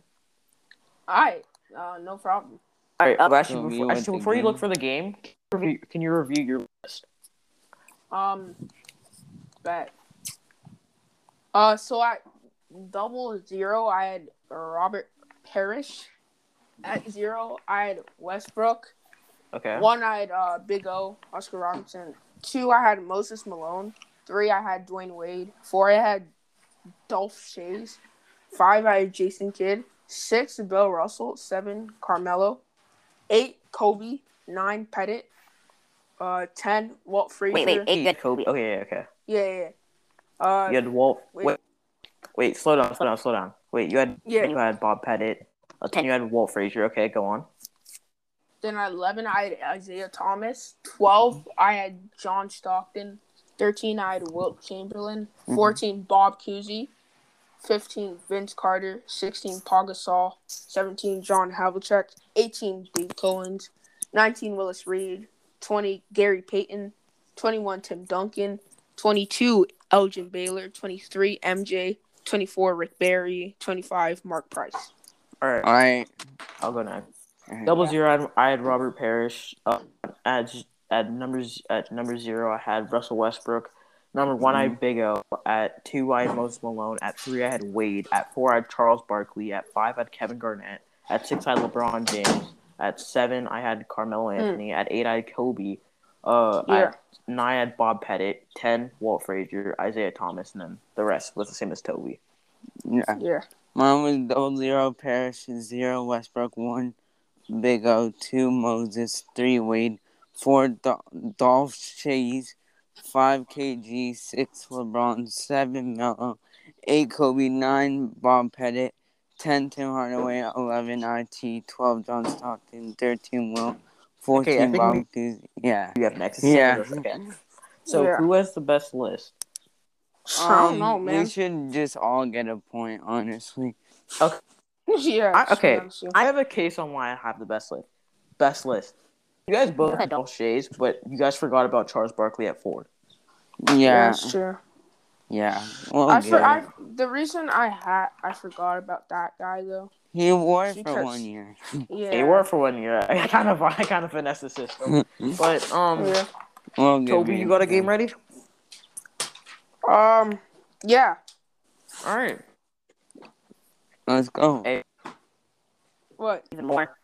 B: Alright. Uh, no problem.
A: All right.
D: So
A: actually,
D: we
A: before,
D: want
A: actually,
D: the
A: before you look
D: game.
A: for the game, can you review, can you review your list?
B: Um, bet. Uh, so at double zero, I had Robert Parrish. At zero, I had Westbrook.
A: Okay.
B: One, I had uh, Big O, Oscar Robertson. Two, I had Moses Malone. Three, I had Dwayne Wade. Four, I had Dolph Shays. Five, I had Jason Kidd. Six, Bill Russell. Seven, Carmelo. Eight, Kobe. Nine, Pettit. Uh, ten, Walt Frazier.
A: Wait, wait, eight good Kobe. Okay, yeah, okay.
B: Yeah, yeah. yeah. Uh,
A: You had Walt.
B: wait.
A: Wait, wait, slow down, slow down, slow down. Wait, you had
B: Yeah.
A: you had Bob Pettit. Okay. You had Walt Frazier. Okay, go on.
B: Then at 11, I had Isaiah Thomas. 12, I had John Stockton. 13, I had Wilt Chamberlain. 14, Bob Cousy. 15, Vince Carter. 16, Paul Gasol. 17, John Havlicek. 18, Dave Collins. 19, Willis Reed. 20, Gary Payton. 21, Tim Duncan. 22, Elgin Baylor. 23, MJ. 24, Rick Barry. 25, Mark Price.
A: All right,
D: All right.
A: I'll go next. Double zero. I had, I had Robert Parrish. Uh, at at numbers at number zero, I had Russell Westbrook. Number one, I
B: Mm-hmm.
A: had Big O. At two, I had Moses Malone. At three, I had Wade. At four, I had Charles Barkley. At five, I had Kevin Garnett. At six, I had LeBron James. At seven, I had Carmelo Anthony. At eight, I had Kobe. Uh,
B: Mm. Yeah.
A: At nine, I had Bob Pettit. Ten, Walt Frazier, Isaiah Thomas, and then the rest was the same as Toby.
D: Yeah.
B: Yeah.
D: Mine was double zero, Parrish, zero, Westbrook, one, Big O, two, Moses, three, Wade, four, Dol- Dolph Chase, five, KG, six, LeBron, seven, Melo, eight, Kobe, nine, Bob Pettit, ten, Tim Hardaway, eleven, IT, twelve, John Stockton, thirteen, Will,
A: Okay, I
D: fourteen,
A: think
D: Bob
A: we-
D: Cousy. Yeah.
A: You have next.
D: Yeah.
A: Okay. So
B: Yeah.
A: who has the best list?
B: I don't know,
D: We
B: man.
D: should just all get a point, honestly.
B: (laughs) yeah.
A: I- okay.
B: honestly.
A: I have a case on why I have the best list. Best list. You guys both had all shades, but you guys forgot about Charles Barkley at Ford.
D: Yeah.
B: That's true.
D: Yeah.
A: Oh,
D: Well,
B: I, for,
D: yeah.
B: I the reason I had I forgot about that guy though.
D: He wore it
B: She
D: for
B: cuts.
D: one year.
B: Yeah.
A: They were for one year. (laughs) I kind of, I kind of finessed the
D: (laughs)
A: system. But um,
B: Yeah.
D: Well,
A: Toby, you got a game ready?
B: Um. Yeah.
A: All right.
D: Let's go.
A: Hey.
B: What?
A: Even more.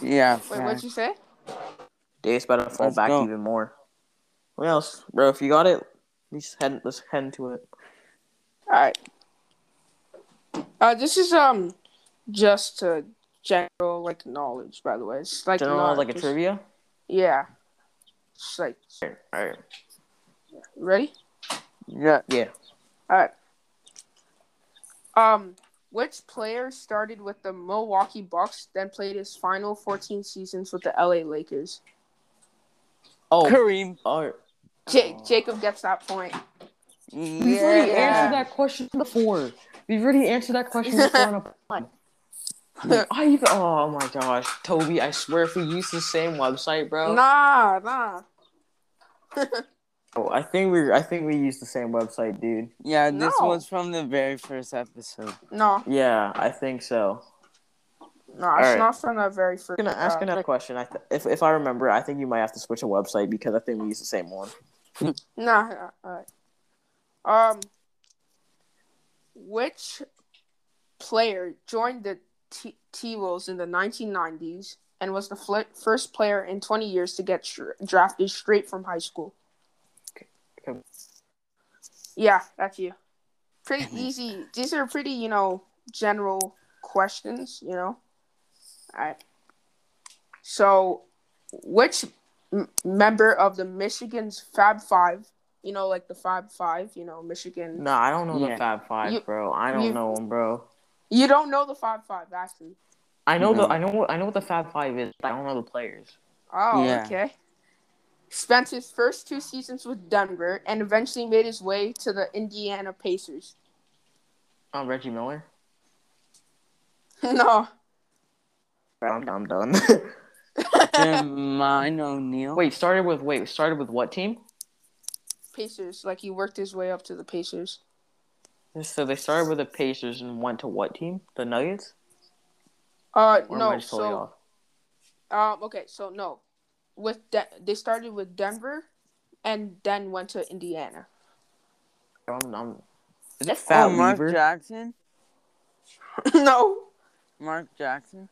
D: Yeah.
B: Wait.
D: yeah.
B: What'd you say?
A: Dave's about to fall
D: Let's
A: back
D: go.
A: even more. What else, bro? If you got it, let's head, let's head into it.
B: All right. Uh, this is um, just uh general like knowledge. By the way, it's like
A: General
B: not
A: like a
B: just-
A: trivia.
B: Yeah. It's like
A: All right.
B: you ready.
D: Yeah.
A: Yeah.
B: All right. Um, which player started with the Milwaukee Bucks, then played his final 14 seasons with the LA Lakers?
A: Oh.
D: Kareem.
A: All right.
B: Ja-
A: Oh.
B: Jacob gets that point.
A: We've already
B: Yeah.
A: answered that question before. We've already answered that (laughs) question before on a pod. I even, oh my gosh, Toby! I swear, if we use the same website, bro.
B: Nah, nah. (laughs)
A: Oh, I think we, I think we use the same website, dude.
D: Yeah, this
B: No.
D: was from the very first episode.
B: (laughs) No,
A: Yeah, I think so.
B: no, it's
A: right.
B: not from the very first.
A: I'm gonna ask
B: uh,
A: another question. I th- if if I remember, I think you might have to switch a website because I think we use the same one.
B: Nah, nah, all right. Um, which player joined the T Wolves in the 1990s and was the fl- first player in 20 years to get tr- drafted straight from high school?
C: okay.
B: Yeah, that's you. Pretty easy. These are pretty, you know, general questions, you know? Alright. So, which m- member of the Michigan's Fab Five, you know, like the Fab Five, you know, Michigan.
A: No, I don't know the
C: Yeah.
A: Fab Five,
B: You-
A: bro. I don't
B: you-
A: know them, bro.
B: You don't know the Fab Five, actually.
A: I know
D: No.
A: the I know what I know what the Fab Five is. But I don't know the players.
B: Oh,
D: Yeah.
B: okay. Spent his first two seasons with Denver and eventually made his way to the Indiana Pacers. (laughs)
A: Um, Reggie Miller.
B: no.
A: I'm, I'm done.
D: Jermaine
A: (laughs)
D: O'Neal.
A: wait, started with wait started with what team?
B: Pacers. Like he worked his way up to the Pacers.
A: So they started with the Pacers and went to what team? The Nuggets?
B: Uh,
A: Or am I
B: no.
A: just totally
B: So,
A: off?
B: um, okay. So no, with De- they started with Denver, and then went to Indiana.
A: I'm, I'm, is it
D: Oh,
A: Fat
D: Mark
A: Weaver?
D: Jackson.
B: no.
D: Mark Jackson.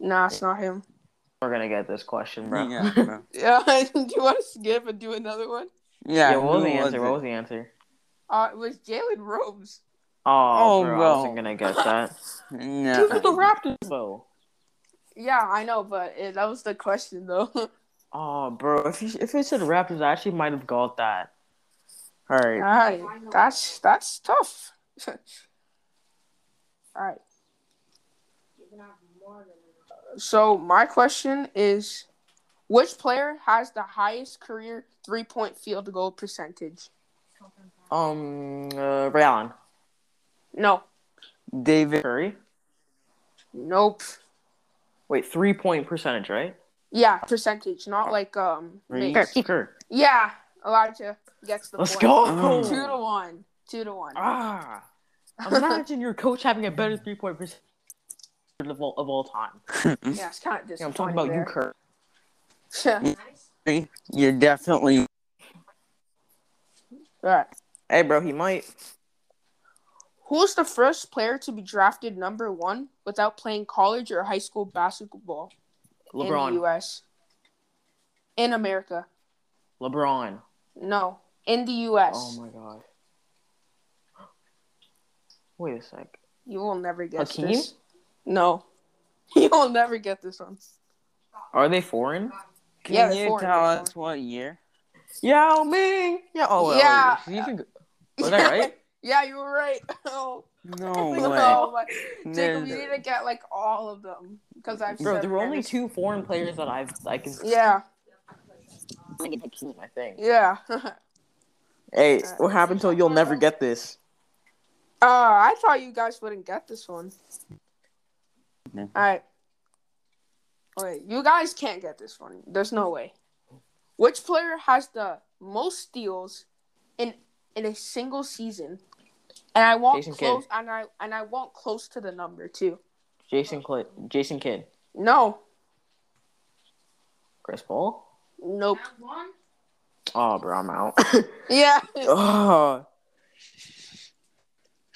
B: Nah, it's not him. (laughs)
A: We're gonna get this question, bro. (laughs)
D: Yeah, bro.
B: Yeah, do you want to skip and do another one?
D: Yeah,
A: Yeah, what was
D: who
A: the answer?
D: it?
A: What was the answer?
B: Uh, it was Jalen Rose.
A: Oh,
D: Oh,
A: bro, I
D: bro.
A: wasn't gonna guess
D: (laughs)
A: that.
D: No.
A: the Raptors, though.
B: Yeah, I know, but it, that was the question though. (laughs)
A: Oh, bro, if you, if it said Raptors, I actually might have got that. All right.
B: Alright, that's that's tough. (laughs) Alright. So my question is, which player has the highest career three-point field goal percentage?
A: Um, uh, Ray Allen,
B: No,
D: David.
A: Curry.
B: nope.
A: Wait, three point percentage, right?
B: Yeah, percentage, not like um.
A: Curry.
B: makes.
A: Curry.
B: Yeah, Elijah gets the
A: Let's
B: point.
A: go.
D: Oh.
B: Two to one. Two to one.
A: (laughs) Ah, imagine your coach having a better three point percentage of all, of all time.
B: yeah, it's kind of
A: Yeah,
B: disappointing.
A: I'm talking about you, Curry.
B: Kirk.
D: You're definitely.
B: (laughs) All right.
A: Hey, bro, he might.
B: Who's the first player to be drafted number one without playing college or high school basketball in the
A: LeBron.
B: U.S. in America?
A: LeBron.
B: No, in the U.S.
A: Oh my god. Wait a sec.
B: you will never guess
A: Hakeem?
B: this. No, (laughs) you will never get this one.
A: Are they foreign?
D: Can
B: Yeah,
D: you
B: four,
D: tell
B: four.
D: us what year?
A: Yao Ming. Yeah. Oh. well,
B: Yeah.
A: did you (laughs) even- Was I right?
B: yeah, you were right. (laughs) Oh,
D: No way.
B: (laughs) no, but
D: No,
B: Jacob, you
D: no.
B: need to get like all of them because I've
A: Bro,
B: said
A: there were only
B: Ernest-
A: two foreign players that I've I can.
B: Yeah,
A: I think.
B: yeah. (laughs) uh,
A: Hey,
B: what
A: happened to you'll never get this?
B: Uh, I thought you guys wouldn't get this one.
D: No.
B: All right. Wait, you guys can't get this one. There's no way. Which player has the most steals in in a single season? And I want
A: Jason Kidd.
B: close and I and I want close to the number too.
A: Jason Cl- Jason Kidd,
B: No.
A: Chris Paul.
B: Nope.
A: Oh, bro, I'm (laughs) out.
B: Yeah. (laughs)
A: oh.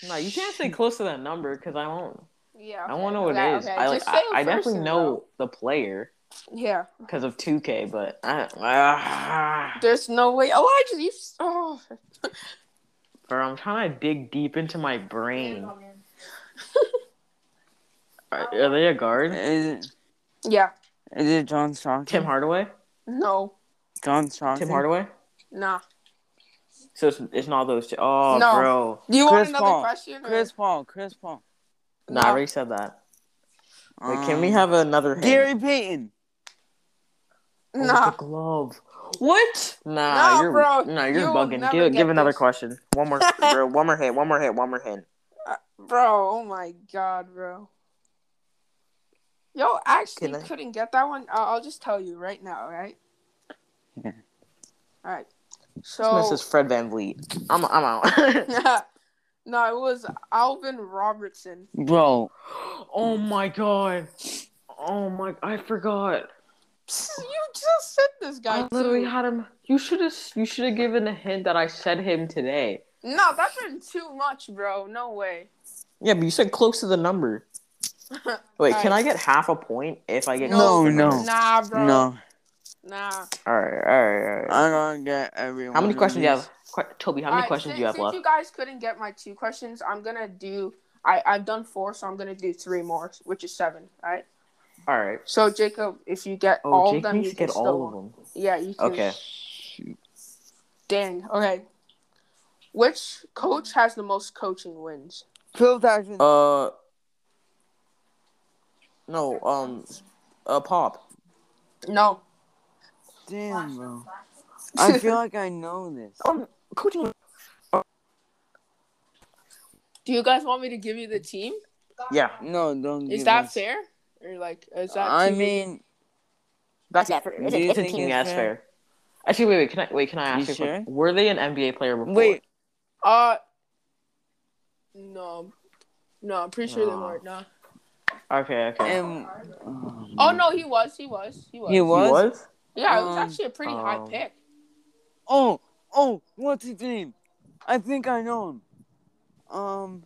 A: No, you can't say close to that number because I won't.
B: yeah.
A: I won't know what
B: okay,
A: it is.
B: okay.
A: I like.
B: Just say
A: I, I
B: the
A: definitely
B: person,
A: know the player
B: though. Yeah.
A: because of 2K, but I, ah,
B: There's no way. Elijah, you oh.
A: bro, I'm trying to dig deep into my brain. Are, are they a guard?
D: Is it,
B: Yeah.
D: is it John Stockton?
A: Tim Hardaway.
B: No.
D: John
A: Tim
D: Stockton.
A: Hardaway.
B: Nah.
A: So it's, it's not those two. Oh,
B: No.
A: bro.
B: Do you want
D: Chris
B: another
D: Paul.
B: question? or-
D: Chris Paul. Chris Paul.
A: Nah, I
B: No.
A: already said that. Wait, can we
D: Um,
A: have another hint?
D: Gary Payton?
A: Oh, it's
D: (laughs)
B: Nah.
A: a glove. What? Nah,
B: No,
A: you're
B: bro,
A: nah,
B: you
A: you're
B: will
A: bugging.
B: never
A: Give,
B: get
A: give another
B: this.
A: question. One
B: (laughs)
A: more, bro. One more hint. One more hint. One more hint.
B: Bro, oh my god, bro. Yo, actually
A: Can I-
B: couldn't get that one. I- I'll just tell you right now,
D: (laughs)
B: alright?
D: Yeah.
B: Alright.
A: This
B: So (laughs)
A: is Fred Van Vliet. I'm I'm out. (laughs)
B: No, it was Alvin Robertson.
D: Bro,
A: oh my god. Oh my! I forgot.
B: (laughs) You just said this guy
A: I literally
B: too.
A: had him. You should have. You should have given a hint that I said him today.
B: No, that's been too much, bro. No way.
A: Yeah, but you said close to the
D: (laughs)
A: number. Wait, can I get half a point if I get
D: No,
A: close to the
D: no.
A: number?
B: Nah, bro.
D: No,
B: Nah.
A: All right, all right, all right.
D: I don't get everyone.
A: How many questions do you have? Qu- Toby, how many
B: Alright,
A: questions
B: since,
A: do you have
B: since
A: left?
B: you guys couldn't get my two questions, I'm gonna do. I I've done four, so I'm gonna do three more, which is seven. All right.
A: All right.
B: So Jacob, if you get
A: Oh,
B: all
A: Jake
B: of them,
A: needs
B: you
A: to
B: can
A: get
B: still.
A: all of them.
B: Yeah, you can.
A: Okay.
B: Dang. Okay. Which coach has the most coaching wins?
D: Phil Jackson.
A: Uh, no. Um, uh, Pop.
B: No.
D: Damn, bro.
A: (laughs)
D: I feel like I know this.
A: Um, coaching.
B: Do you guys want me to give you the team?
A: Yeah,
D: No, don't.
B: Is
D: give
B: that
D: us-
B: fair? Or like, is that?
D: I
B: too-
D: mean,
A: that's yeah. It's,
D: Do you
A: it's a
D: think
A: team.
D: it's
A: That's
D: fair?
A: fair. Actually, wait, wait. Can I wait? Can I
D: You
A: ask you? a
D: sure?
A: question? Were they an NBA player before?
D: wait.
B: uh, no, no. I'm pretty sure they
A: Nah.
B: weren't. No.
A: Okay. Okay.
D: And
B: Oh no, he was. He was. He was.
D: um, He
A: He
D: was?
A: was.
B: Yeah, it was
D: Um,
B: actually a pretty high
A: um,
B: pick.
D: oh, oh, what's his name? I think I know him. Um,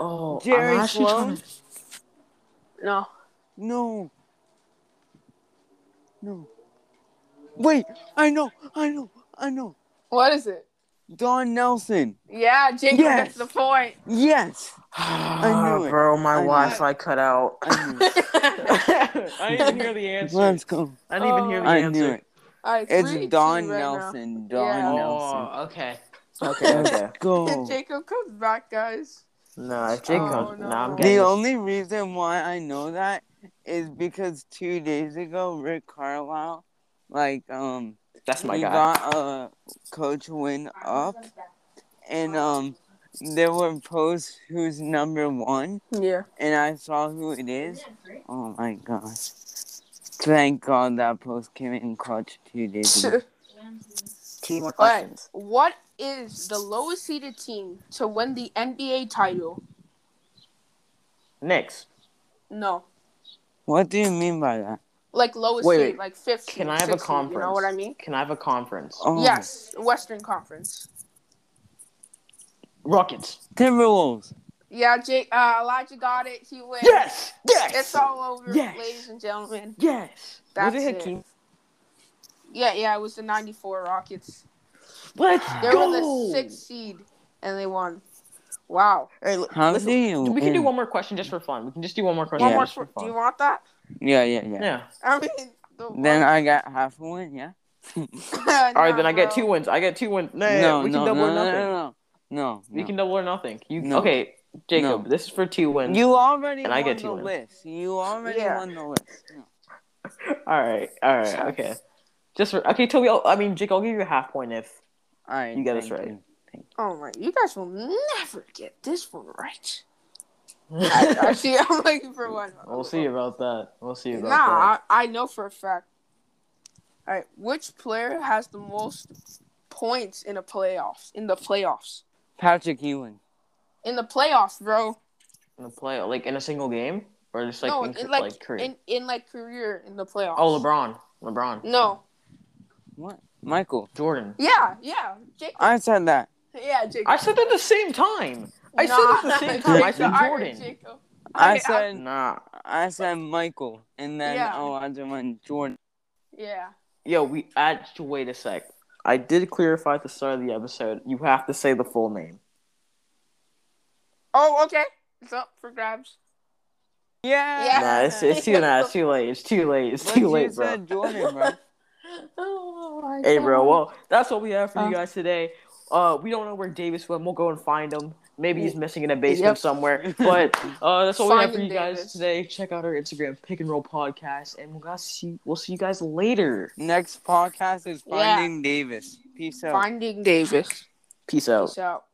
A: Oh,
D: Jerry
A: I'm actually
D: Sloan?
A: trying to-
B: No.
D: no, no. Wait, I know, I know, I know.
B: What is it?
D: Don Nelson.
B: Yeah, Jacob
D: Yes.
B: gets the point.
D: Yes. I knew
A: (sighs)
D: it.
A: Bro, my
D: I knew it.
A: Wi-Fi cut out.
D: I knew it.
A: I didn't even (laughs) hear the (laughs) answer.
D: Let's go.
A: I didn't even hear the
D: I
A: answer.
D: knew it.
B: All right,
D: It's Don Nelson. Don
B: Yeah.
D: Nelson.
A: Oh, okay. Okay,
B: (laughs)
A: okay. Oh.
D: Go.
B: Jacob comes back, guys.
A: no, if Jake
B: Oh,
A: comes,
B: no.
A: nah, I'm
B: The
A: getting
D: The
A: this.
D: only reason why I know that is because two days ago, Rick Carlisle, like, um,
A: That's my
D: he
A: guy.
D: got a coach win up, and um, there were posts who's number one,
B: Yeah.
D: and I saw who it is. Oh my gosh! Thank God that post came in clutch two days ago.
A: Two more
B: All right. (laughs) What is the lowest seeded team to win the NBA title?
A: Next,
B: No,
D: What do you mean by that?
B: like lowest
A: Wait,
B: seed,
A: wait.
B: like fifth.
A: can
B: seed,
A: I have a
B: sixth seed,
A: conference?
B: You know what I mean?
A: Can I have a conference?
D: Oh,
B: Yes, Western Conference.
A: Rockets.
D: Timberwolves.
B: Yeah, Jake. Uh, Elijah got it. He wins.
A: Yes, yes,
B: It's all over,
A: Yes.
B: ladies and gentlemen.
A: yes.
B: That's
A: Was
B: it.
A: Hakeem?
B: Yeah, yeah, it was the '94 Rockets.
A: Let's
B: They
A: go.
B: were the sixth seed, and they won. Wow.
A: All right,
D: How
A: listen,
D: do you?
A: we can do
D: win?
A: one more question just for fun. We can just do one more question
B: One more.
A: just for
B: qu-
A: fun.
B: Do you want that? (laughs)
D: Yeah, yeah, yeah.
A: yeah.
B: I mean, the
D: Then
B: (laughs)
D: I got half a win. Yeah. (laughs)
A: All right, then I get two wins. I get two wins. No,
D: no,
A: we can
D: no,
A: double
D: no,
A: or
D: no,
A: nothing.
D: no, no, no.
A: We
D: no.
A: can double or nothing. You
D: No.
A: okay, Jacob?
D: No.
A: This is for two wins.
D: You already
A: And
D: won
A: I get
D: the
A: two wins.
D: list. You already
B: Yeah.
D: won the list. No.
A: All right, all right, okay. Just for, okay, Toby. I'll, I mean, Jake, I'll give you a half point if
D: All right.
A: You got us
D: thank
A: right.
D: you.
B: Oh my! You guys will never get this one right. (laughs) I, actually, (laughs) I'm looking for one.
A: (laughs) we'll see about that. We'll see about
B: Nah, I, I know for a fact. All right, which player has the most points in the playoffs? In the playoffs?
D: Patrick Ewing.
B: In the playoffs, bro?
A: that. In the play, like in a single game, or just like
B: no,
A: in,
B: in
A: like,
B: like,
A: career.
B: in in like career in the playoffs.
A: oh, LeBron, LeBron,
B: No.
D: What? Michael.
A: Jordan.
B: Yeah, yeah, Jake.
D: I said that.
B: Yeah, Jake.
A: I said that at the same time. I said
B: Nah,
A: it at the same
B: (laughs)
A: time. I said
B: Jacob, heard
A: Jordan.
B: Jacob.
D: I
B: Okay, I-
D: said
A: Nah,
D: I said Michael, and then
B: Yeah.
D: oh, I just went Jordan.
B: Yeah.
A: yo, we. Actually, wait a sec. I did clarify at the start of the episode. You have to say the full name.
B: Oh, okay. It's up for grabs.
D: Yeah.
B: Yeah.
A: Nah, it's, it's too nah, it's too late. It's too late. It's
D: But
A: too
D: you
A: late, bro.
D: said Jordan, bro.
B: Oh my
A: Hey, bro.
B: God.
A: Well, that's what we have for
B: Um,
A: you guys today. Uh, we don't know where Davis went. We'll go and find him. Maybe he's missing in a basement
B: Mm, Yep. (laughs)
A: somewhere. But uh, that's all we have
B: Finding
A: for you
B: Davis.
A: guys today. Check out our Instagram Pick and Roll podcast, and we'll guys see. We'll see you guys later.
D: (laughs) Next podcast is
B: Yeah.
D: Finding Davis. Peace out.
B: Finding Davis.
A: Peace out.
B: Peace out.